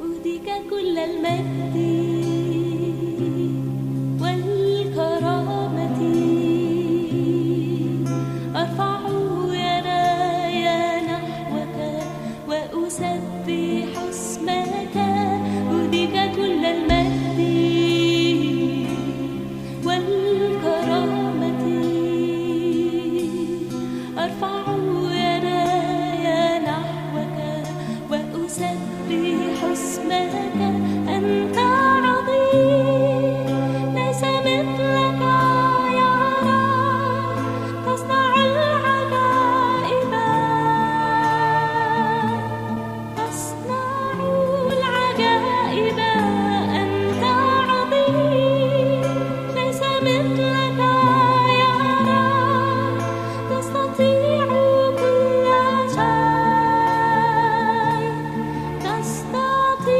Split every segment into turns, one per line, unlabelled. مجدك كل المجد والكرامة أرفع يداي نحوك وأسبح اسمك مجدك كل المجد والكرامة أرفع يداي نحوك وأسبح اسمك أنت عظيم ليس مثلك يا رب تصنع العجائب تصنع العجائب أنت عظيم ليس مثلك يا رب تستطيع كل شيء تستطيع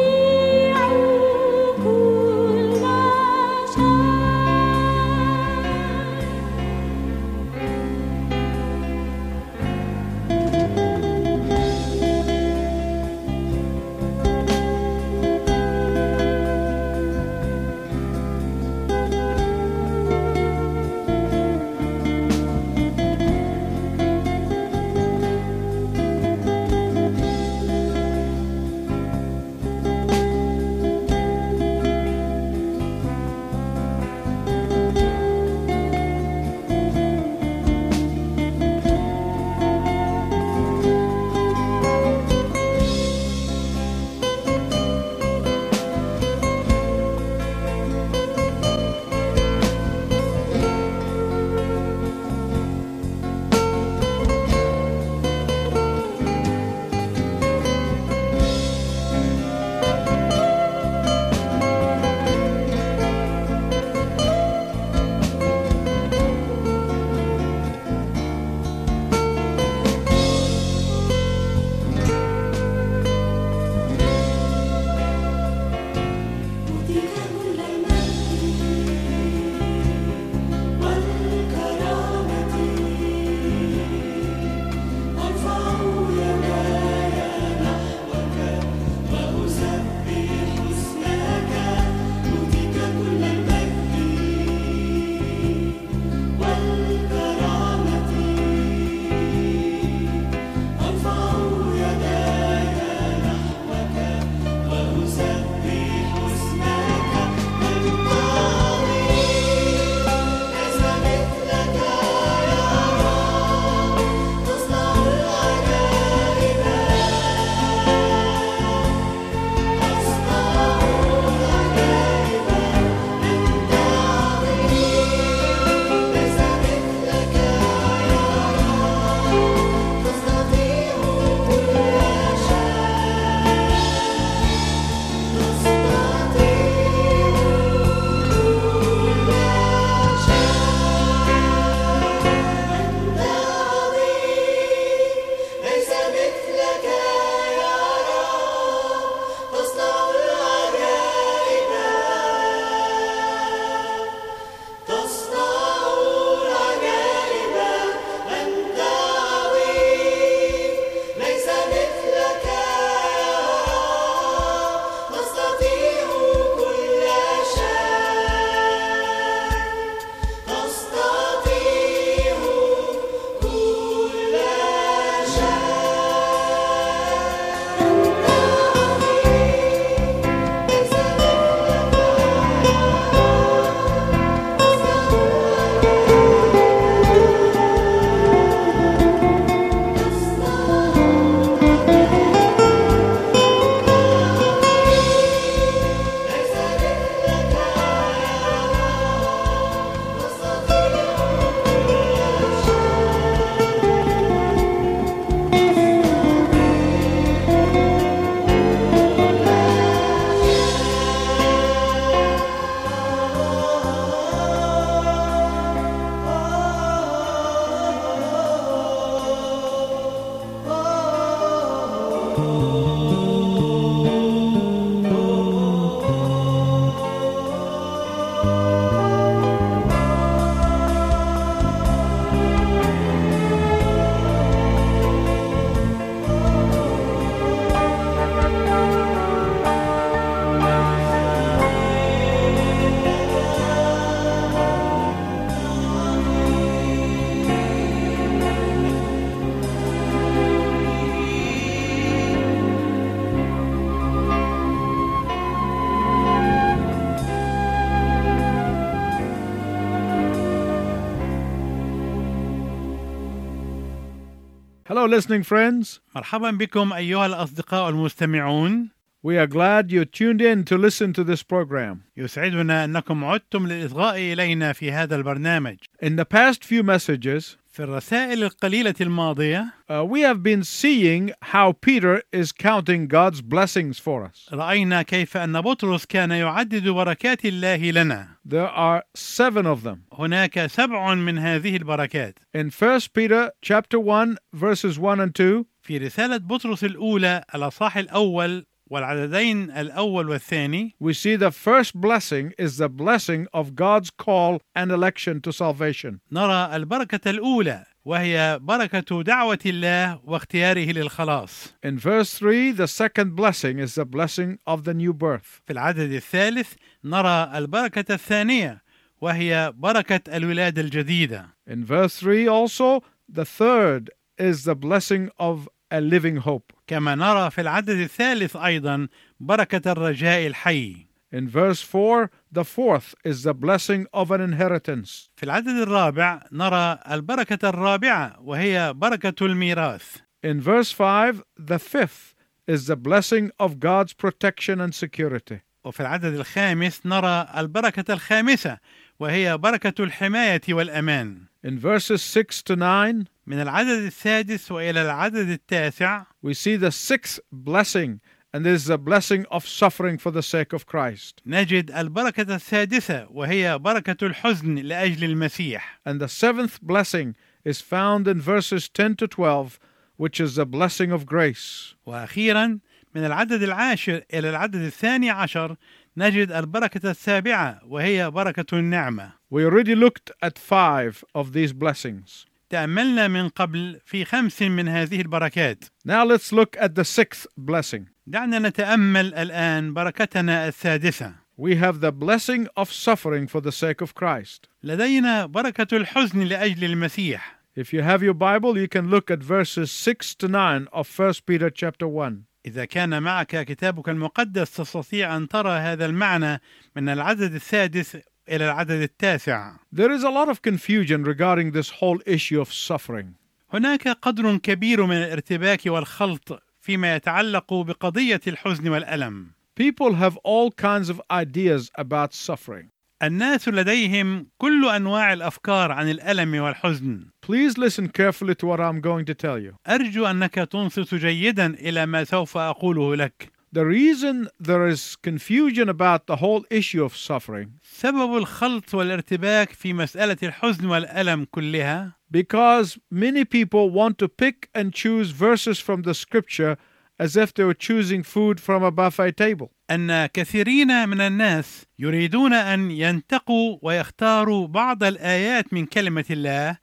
Hello, listening friends.
مرحبا بكم أيها الأصدقاء المستمعون
We are glad you tuned in to listen to this program.
يسعدنا أنكم عدتم للإصغاء إلينا في هذا البرنامج
In the past few messages,
في الرسائل القليلة الماضية
uh, we have been seeing how Peter is counting God's blessings for us.
رأينا كيف أن بطرس كان يعدد بركات الله لنا
There are seven of them.
هناك سبع من هذه البركات
In 1 Peter chapter 1, verses 1 and 2,
في رسالة بطرس الأولى الأصحاح الأول والعددين الأول والثاني
we see the first blessing is the blessing of God's call and election to salvation.
نرى البركة الأولى وهي بركة دعوة الله واختياره للخلاص
In verse 3, the second blessing is the blessing of the new birth.
في العدد الثالث نرى البركة الثانية وهي بركة الولادة الجديدة
In verse 3 also, the third is the blessing of a living hope.
كما نرى في العدد الثالث أيضا بركة الرجاء الحي
In verse 4, the fourth is the blessing of an inheritance.
في العدد الرابع نرى البركة الرابعة وهي بركة الميراث
In verse 5, the fifth is the blessing of God's protection and security.
وفي العدد الخامس نرى البركة الخامسة وهي بركة الحماية والأمان
In verses 6 to 9,
من العدد السادس وإلى العدد التاسع
we see the sixth blessing, and this is the blessing of suffering for the sake of Christ.
نجد البركة السادسة وهي بركة الحزن لأجل المسيح
And the seventh blessing is found in verses 10 to 12, which is the blessing of grace.
وأخيرا من العدد العاشر إلى العدد الثاني عشر نجد البركة السابعة وهي بركة النعمة
We already looked at five of these blessings.
تأملنا من قبل في خمس من هذه البركات
Now let's look at the sixth blessing.
دعنا نتأمل الآن بركتنا السادسة
We have the blessing of suffering for the sake of Christ.
لدينا بركة الحزن لأجل المسيح
If you have your Bible, you can look at verses 6 to 9 of 1 Peter chapter 1.
إذا كان معك كتابك المقدس تستطيع أن ترى هذا المعنى من العدد السادس إلى العدد التاسع
There is a lot of confusion regarding this whole issue of suffering.
هناك قدر كبير من الارتباك والخلط فيما يتعلق بقضية الحزن والألم
People have all kinds of ideas about suffering.
الناس لديهم كل أنواع الأفكار عن الألم والحزن
Please listen carefully to what I'm going to tell you.
أرجو أنك تنصت جيدا إلى ما سوف أقوله لك
The reason there is confusion about the whole issue of suffering
سبب الخلط والارتباك في مسألة الحزن والألم كلها
because many people want to pick and choose verses from the scripture as if they were choosing food from a buffet table.
أن كثيرين من الناس يريدون أن ينتقوا ويختاروا بعض الآيات من كلمة الله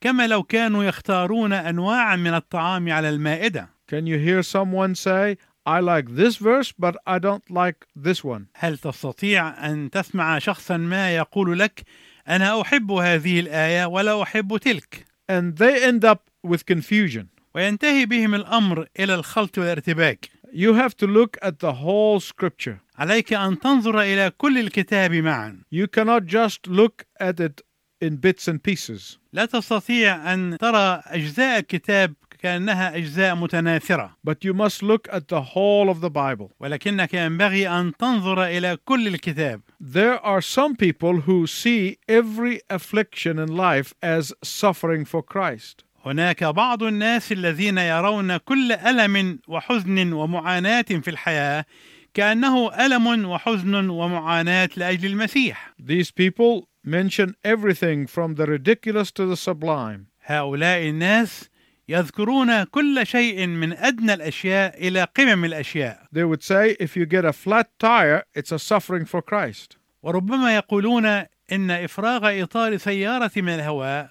كما لو كانوا يختارون أنواعا من الطعام على المائدة
Can you hear someone say, I like this verse, but I don't like this one?
هل تستطيع أن تسمع شخصا ما يقول لك أنا أحب هذه الآية ولا أحب تلك
And they end up with confusion.
وينتهي بهم الأمر إلى الخلط والارتباك
You have to look at the whole scripture.
عليك أن تنظر إلى كل الكتاب معا
You cannot just look at it in bits and pieces.
لا تستطيع أن ترى أجزاء الكتاب كأنها أجزاء متناثرة
but you must look at the whole of the Bible.
ولكنك ينبغي أن تنظر إلى كل الكتاب
There are some people who see every affliction in life as suffering for Christ.
هناك بعض الناس الذين يرون كل ألم وحزن ومعاناة في الحياة كأنه ألم وحزن ومعاناة لأجل المسيح
These people mention everything from the ridiculous to the sublime.
هؤلاء الناس يذكرون كل شيء من أدنى الأشياء إلى قمم الأشياء
They would say if you get a flat tire, it's a suffering for Christ.
وربما يقولون إن إفراغ إطار سيارة من الهواء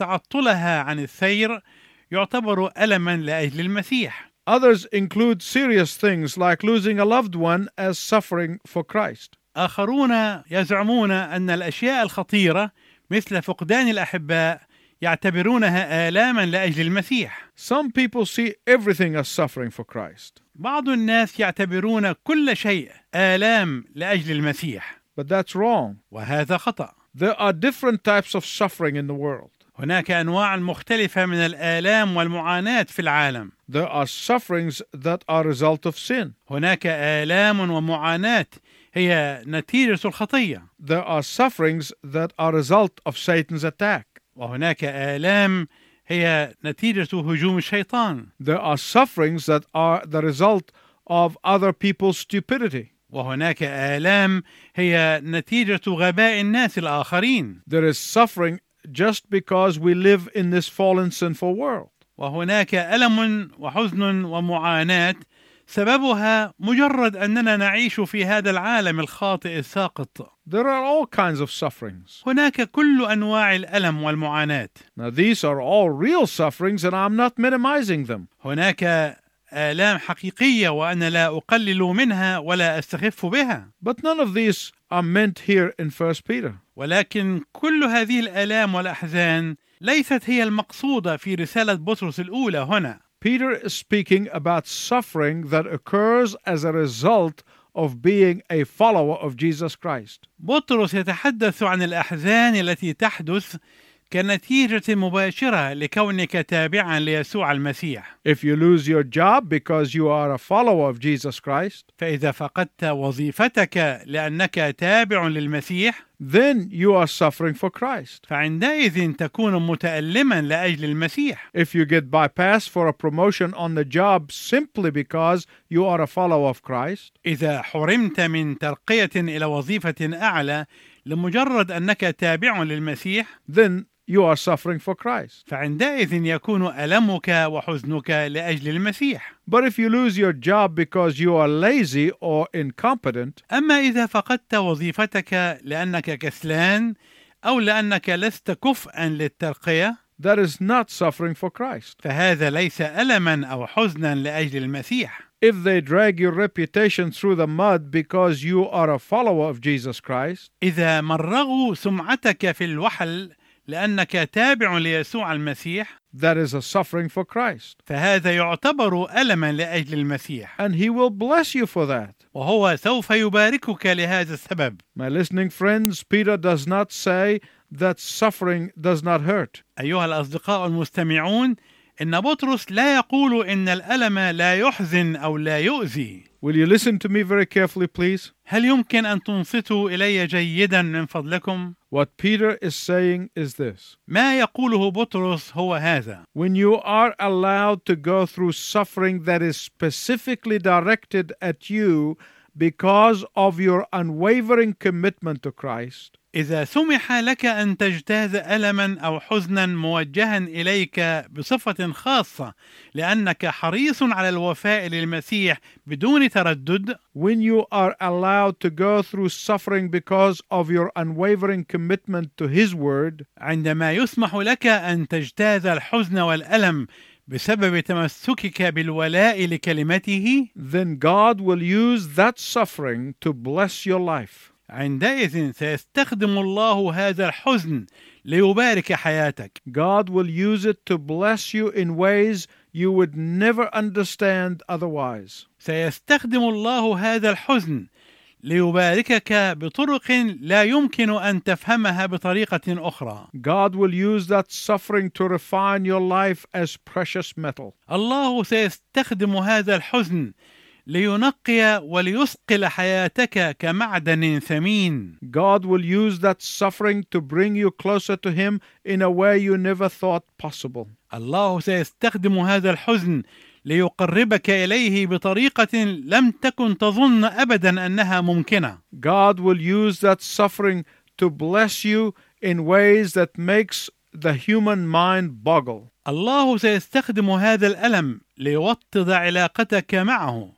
وتعطلها عن السير يعتبر ألما لأجل المسيح
Others include serious things like losing a loved one as suffering for Christ.
آخرون يزعمون أن الأشياء الخطيرة مثل فقدان الأحباء يعتبرونها آلاما لأجل المسيح
Some people see everything as suffering for Christ,
بعض الناس يعتبرون كل شيء آلام لأجل المسيح
but that's wrong.
وهذا خطأ
There are different types of suffering in the world.
هناك انواع مختلفه من الالام والمعاناه في العالم
There are sufferings that are result of sin.
هناك الام ومعاناه هي نتيجه الخطيه
There are sufferings that are result of Satan's attack.
وهناك الام هي نتيجه هجوم الشيطان
There are sufferings that are the result of other people's stupidity.
وهناك الام هي نتيجه غباء الناس الاخرين
There is suffering just because we live in this fallen sinful world.
وهناك الم وحزن ومعاناه سببها مجرد اننا نعيش في هذا العالم الخاطئ الساقط
There are all kinds of sufferings.
هناك كل انواع الالم والمعاناه
Now, these are all real sufferings, and I'm not minimizing them.
هناك آلام حقيقية وأنا لا أقلل منها ولا أستخف بها
But none of these are meant here in 1 Peter.
ولكن كل هذه الآلام والأحزان ليست هي المقصودة في رسالة بطرس الأولى هنا
Peter is speaking about suffering that occurs as a result of being a follower of Jesus Christ.
بطرس يتحدث عن الأحزان التي تحدث كنتيجة مباشرة لكونك تابعا ليسوع المسيح
If you lose your job because you are a follower of Jesus Christ,
فإذا فقدت وظيفتك لأنك تابع للمسيح
then you are suffering for Christ.
فعندئذ تكون متألما لأجل المسيح
If you get bypassed for a promotion on the job simply because you are a follower of Christ,
إذا حرمت من ترقية إلى وظيفة أعلى لمجرد أنك تابع للمسيح
then you are suffering for Christ.
فعندئذ يكون ألمك وحزنك لأجل المسيح
But if you lose your job because you are lazy or incompetent,
أما إذا فقدت وظيفتك لأنك كسلان أو لأنك لست كفءا للترقية
that is not suffering for Christ.
فهذا ليس ألما أو حزنا لأجل المسيح
If they drag your reputation through the mud because you are a follower of Jesus Christ,
إذا مرغوا سمعتك في الوحل لأنك تابع ليسوع المسيح
that is a suffering for Christ.
فهذا يعتبر ألما لأجل المسيح
And He will bless you for that.
وهو سوف يباركك لهذا السبب
My listening friends, Peter does not say that suffering does not hurt.
أيها الأصدقاء المستمعون إن بطرس لا يقول إن الألم لا يحزن أو لا يؤذي
Will you listen to me very carefully, please?
هل يمكن أن تنصتوا إلي جيدا من فضلكم؟
What Peter is saying is this
ما يقوله بطرس هو هذا
When you are allowed to go through suffering that is specifically directed at you because of your unwavering commitment to Christ,
إذا سمح لك أن تجتاز ألما أو حزنا موجها إليك بصفة خاصة لأنك حريص على الوفاء للمسيح بدون تردد
when you are allowed to go through suffering because of your unwavering commitment to His Word,
عندما يسمح لك أن تجتاز الحزن والألم بسبب تمسكك بالولاء لكلمته
then God will use that suffering to bless your life.
عندئذ سيستخدم الله هذا الحزن ليبارك حياتك
God will use it to bless you in ways you would never understand otherwise.
سيستخدم الله هذا الحزن ليباركك بطرق لا يمكن أن تفهمها بطريقة أخرى
God will use that suffering to refine your life as precious metal.
الله سيستخدم هذا الحزن لينقي وليثقل حياتك كمعدن ثمين
God will use that suffering to bring you closer to Him in a way you never thought possible.
الله سيستخدم هذا الحزن ليقربك اليه بطريقه لم تكن تظن ابدا انها ممكنه
God will use that suffering to bless you in ways that makes the human mind boggle.
الله سيستخدم هذا الالم ليوطد علاقتك معه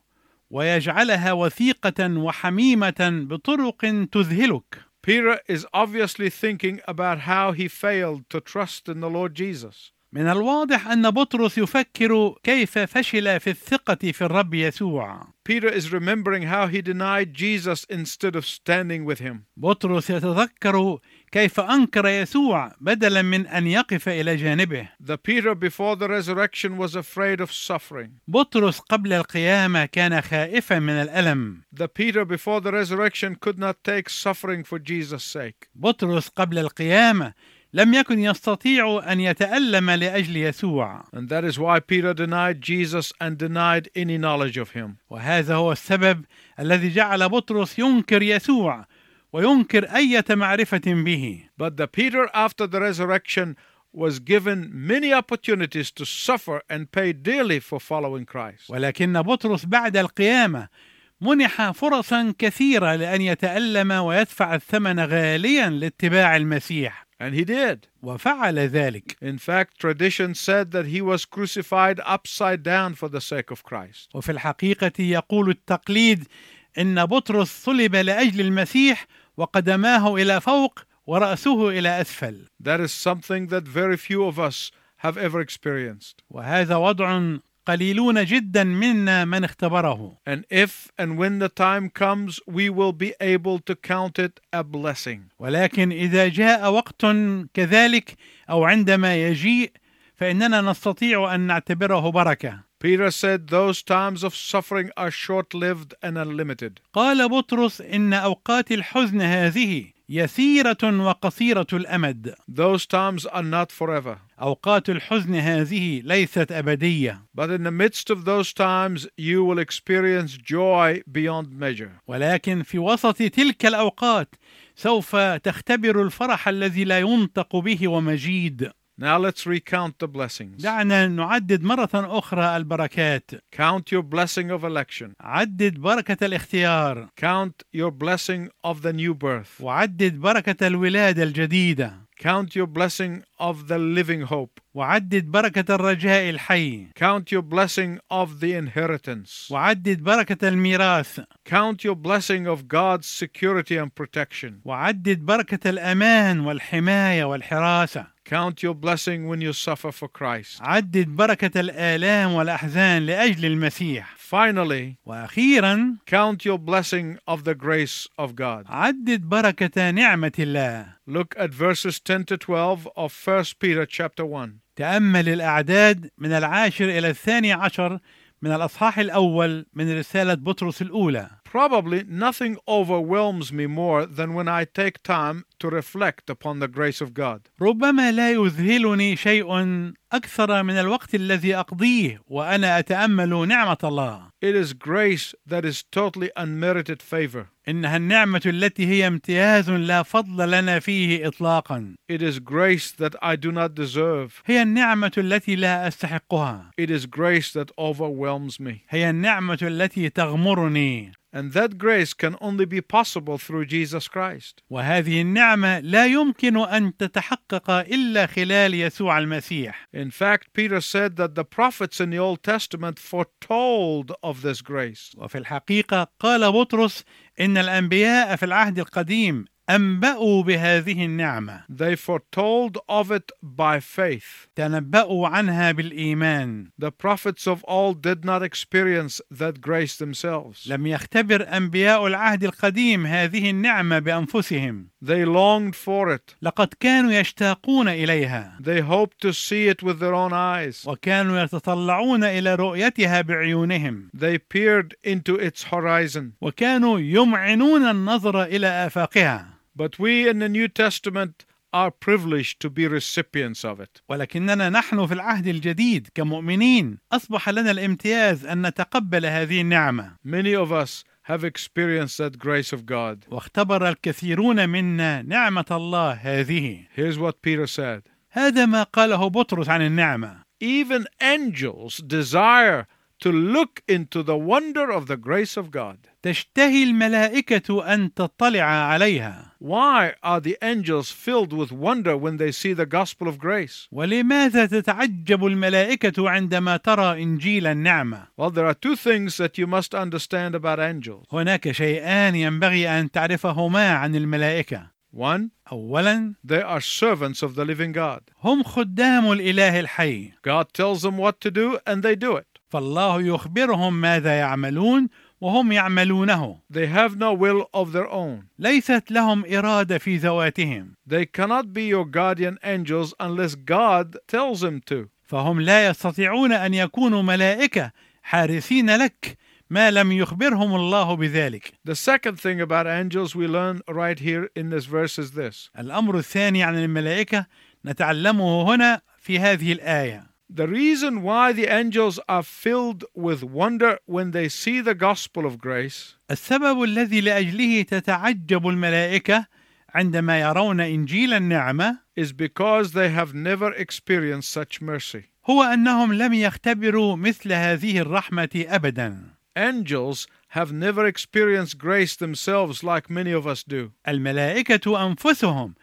ويجعلها وثيقه وحميمه بطرق تذهلك
Peter is obviously thinking about how he failed to trust in the Lord Jesus.
من الواضح ان بطرس يفكر كيف فشل في الثقه في الرب يسوع
Peter is remembering how he denied Jesus instead of standing with him.
بطرس يتذكر كيف انكر يسوع بدلا من ان يقف الى جانبه
The Peter before the resurrection was afraid of suffering.
بطرس قبل القيامة كان خائفا من الألم
The Peter before the resurrection could not take suffering for Jesus' sake.
بطرس قبل القيامة لم يكن يستطيع ان يتالم لاجل يسوع
And that is why Peter denied Jesus and denied any knowledge of him.
وهذا هو السبب الذي جعل بطرس ينكر يسوع وينكر اية معرفة به
But the Peter after the resurrection was given many opportunities to suffer and pay dearly for following Christ.
ولكن بطرس بعد القيامة منح فرصا كثيرة لأن يتألم ويدفع الثمن غاليا لاتباع المسيح
And he did.
وفعل ذلك
In fact, tradition said that he was crucified upside down for the sake of Christ.
وفي الحقيقة يقول التقليد إن بطرس صلب لأجل المسيح وقدماه إلى فوق ورأسه إلى أسفل
That is something that very few of us have ever experienced.
وهذا وضع قليلون جدا منا من اختبره
And if and when the time comes, we will be able to count it a blessing.
ولكن إذا جاء وقت كذلك أو عندما يجيء فإننا نستطيع أن نعتبره بركة
Peter said those times of suffering are short lived and unlimited.
قال بطرس إن أوقات الحزن هذه يسيرة وقصيرة الأمد
Those times are not forever.
أوقات الحزن هذه ليست أبدية
But in the midst of those times, you will experience joy beyond measure.
ولكن في وسط تلك الأوقات سوف تختبر الفرح الذي لا ينطق به ومجيد
Now let's recount the blessings.
دعنا نعدد مرة أخرى البركات
Count your blessing of election.
عدد بركة الاختيار
Count your blessing of the new birth.
وعدد بركة الولادة الجديدة
Count your blessing of the living hope.
وعدد بركة الرجاء الحي
Count your blessing of the inheritance.
وعدد بركة الميراث
Count your blessing of God's security and protection.
وعدد بركة الأمان والحماية والحراسة
Count your blessing when you suffer for Christ.
عدد بركة الآلام والأحزان لأجل المسيح
Finally,
وأخيرا
count your blessing of the grace of God.
عدد بركة نعمة الله
Look at verses 10 to 12 of 1 Peter chapter 1.
تأمل الأعداد من العاشر إلى الثاني عشر من الأصحاح الأول من رسالة بطرس الأولى
Probably nothing overwhelms me more than when I take time to reflect upon the grace of God.
ربما لا يذهلني شيء أكثر من الوقت الذي أقضيه وأنا أتأمل نعمة الله
It is grace that is totally unmerited favor.
إنها النعمة التي هي امتياز لا فضل لنا فيه إطلاقا
It is grace that I do not deserve.
هي النعمة التي لا أستحقها
It is grace that overwhelms me.
هي النعمة التي تغمرني
And that grace can only be possible through Jesus Christ.
وهذه النعمة لا يمكن أن تتحقق إلا خلال يسوع المسيح
In fact, Peter said that the prophets in the Old Testament foretold of this grace.
وفي الحقيقة قال بطرس إن الأنبياء في العهد القديم أنبأوا بهذه النعمة
They foretold of it by faith.
تنبأوا عنها بالإيمان
The prophets of old did not experience that grace themselves.
لم يختبر أنبياء العهد القديم هذه النعمة بأنفسهم
They longed for it.
لقد كانوا يشتاقون إليها
They hoped to see it with their own eyes.
وكانوا يتطلعون إلى رؤيتها بعيونهم
They peered into its horizon.
وكانوا يمعنون النظر إلى آفاقها
But we in the New Testament are privileged to be recipients of it.
ولكننا نحن في العهد الجديد كمؤمنين أصبح لنا الامتياز أن نتقبل هذه النعمة
Many of us have experienced that grace of God.
واختبر الكثيرون منا نعمة الله هذه
Here's what Peter said
هذا ما قاله بطرس عن النعمة
Even angels desire to look into the wonder of the grace of God.
تشتهي الملائكة أن تطلع عليها
Why are the angels filled with wonder when they see the gospel of grace?
ولماذا تتعجب الملائكة عندما ترى إنجيل النعمة؟
Well, there are two things that you must understand about angels.
هناك شيئان ينبغي أن تعرفهما عن الملائكة
One,
أولا
they are servants of the living God.
هم خدام الإله الحي
God tells them what to do, and they do it.
فالله يخبرهم ماذا يعملون وهم يعملونه
They have no will of their own.
ليست لهم إرادة في ذواتهم
They cannot be your guardian angels unless God tells them to.
فهم لا يستطيعون أن يكونوا ملائكة حارسين لك ما لم يخبرهم الله بذلك
The second thing about angels we learn right here in this verse is this
الأمر الثاني عن الملائكة نتعلمه هنا في هذه الآية
the reason why the angels are filled with wonder when they see the gospel of grace
السبب الذي لأجله تتعجب الملائكة عندما يرون إنجيل النعمة
is because they have never experienced such mercy.
هو أنهم لم يختبروا مثل هذه الرحمة أبدا
Angels have never experienced grace themselves like many of us do.
الملائكة أنفسهم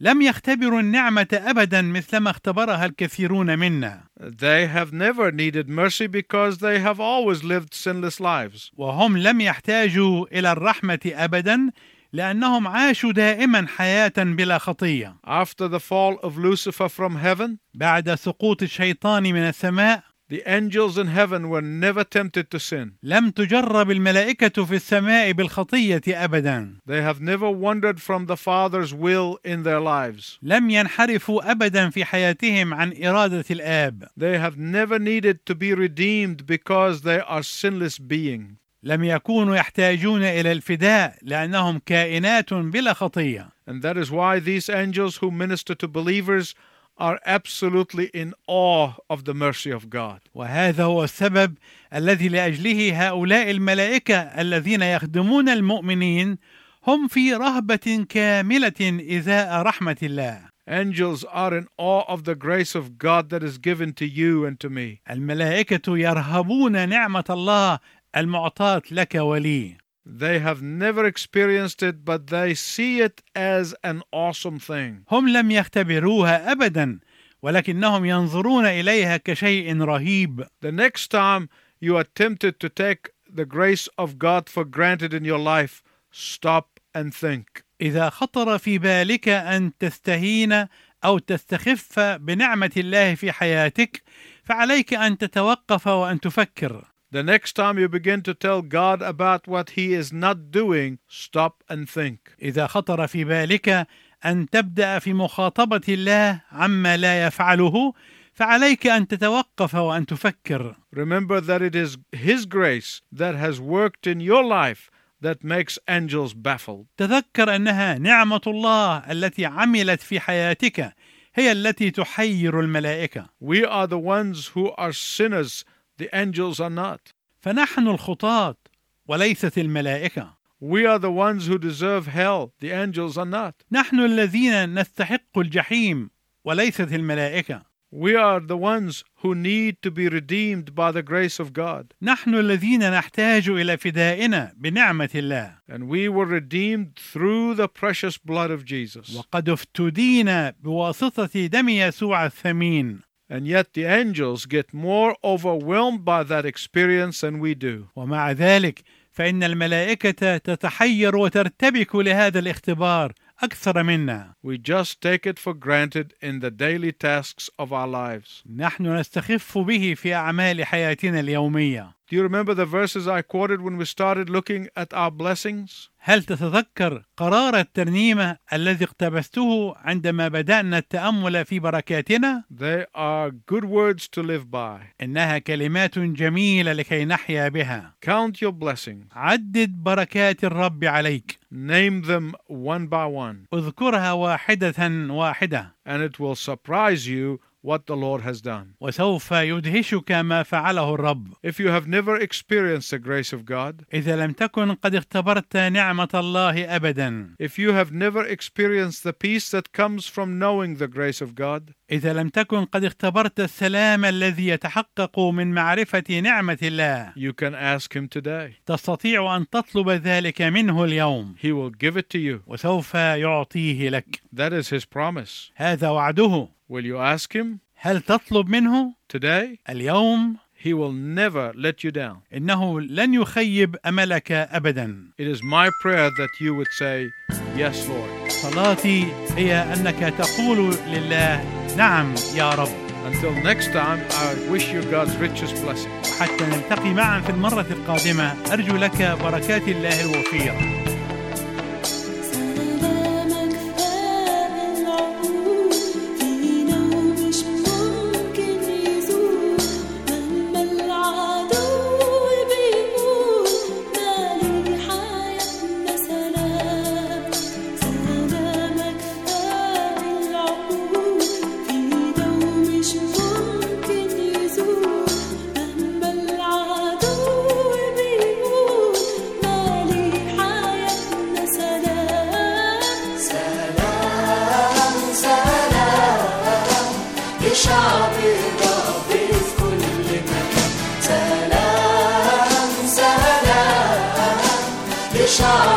لم يختبروا النعمة أبدا مثلما اختبرها الكثيرون منا
They have never needed mercy because they have always lived sinless lives.
وهم لم يحتاجوا إلى الرحمة أبدا لأنهم عاشوا دائما حياة بلا خطية
After the fall of Lucifer from heaven,
بعد سقوط الشيطان من السماء
the angels in heaven were never tempted to sin.
لم تجرب الملائكة في السماء بالخطية أبدا
They have never wandered from the Father's will in their lives.
لم ينحرفوا أبدا في حياتهم عن إرادة الآب
They have never needed to be redeemed because they are sinless beings.
لم يكونوا يحتاجون إلى الفداء لأنهم كائنات بلا خطية
And that is why these angels who minister to believers are absolutely in awe of the mercy of God.
وهذا هو السبب الذي لاجله هؤلاء الملائكه الذين يخدمون المؤمنين هم في رهبه كامله ازاء رحمه الله
Angels are in awe of the grace of God that is given to you and to me.
الملائكه يرهبون نعمه الله المعطاه لك ولي
They have never experienced it, but they see it as an awesome thing.
هم لم يختبروها ابدا ولكنهم ينظرون اليها كشيء رهيب
The next time you are tempted to take the grace of God for granted in your life, stop and think.
اذا خطر في بالك ان تستهين او تستخف بنعمه الله في حياتك فعليك ان تتوقف وان تفكر
The next time you begin to tell God about what He is not doing, stop and think.
إذا خطر في بالك أن تبدأ في مخاطبة الله عما لا يفعله فعليك أن تتوقف وأن تفكر
Remember that it is His grace that has worked in your life that makes angels baffled.
تذكر أنها نعمة الله التي عملت في حياتك هي التي تحير الملائكة
We are the ones who are sinners, the angels are not.
فنحن الخطاة وليست الملائكة
We are the ones who deserve hell, the angels are not.
نحن الذين نستحق الجحيم وليست الملائكة
We are the ones who need to be redeemed by the grace of God.
نحن الذين نحتاج إلى فدائنا بنعمة الله
And we were redeemed through the precious blood of Jesus.
وقد افتدينا بواسطة دم يسوع الثمين
And yet the angels get more overwhelmed by that experience than we do.
ومع ذلك فإن الملائكة تتحير وترتبك لهذا الاختبار أكثر منا
We just take it for granted in the daily tasks of our lives.
نحن نستخف به في أعمال حياتنا اليومية
Do you remember the verses I quoted when we started looking at our blessings?
هل تتذكر قرار الترنيمة الذي اقتبسته عندما بدأنا التأمل في بركاتنا؟
They are good words to live by.
إنها كلمات جميلة لكي نحيا بها
Count your blessings,
عدد بركات الرب عليك
name them one by one,
اذكرها واحدة واحدة
and it will surprise you what the Lord has done.
وسوف يدهشك ما فعله الرب
If you have never experienced the grace of God,
إذا لم تكن قد اختبرت نعمة الله أبدا
if you have never experienced the peace that comes from knowing the grace of God,
إذا لم تكن قد اختبرت السلام الذي يتحقق من معرفة نعمة الله
you can ask Him today.
تستطيع أن تطلب ذلك منه اليوم
He will give it to you.
وسوف يعطيه لك
That is His promise.
هذا وعده
Will you ask Him
هل تطلب منه
today?
اليوم
He will never let you down.
إنه لن يخيب أملك أبدا
It is my prayer that you would say, Yes, Lord.
صلاتي هي أنك تقول لله نعم يا رب
Until next time, I wish you God's richest blessing.
حتى نلتقي معا في المرة القادمة أرجو لك بركات الله الوفيره
سلامك فاق العقول فينا ومش ممكن يزول مهما العدو بيقول
شعر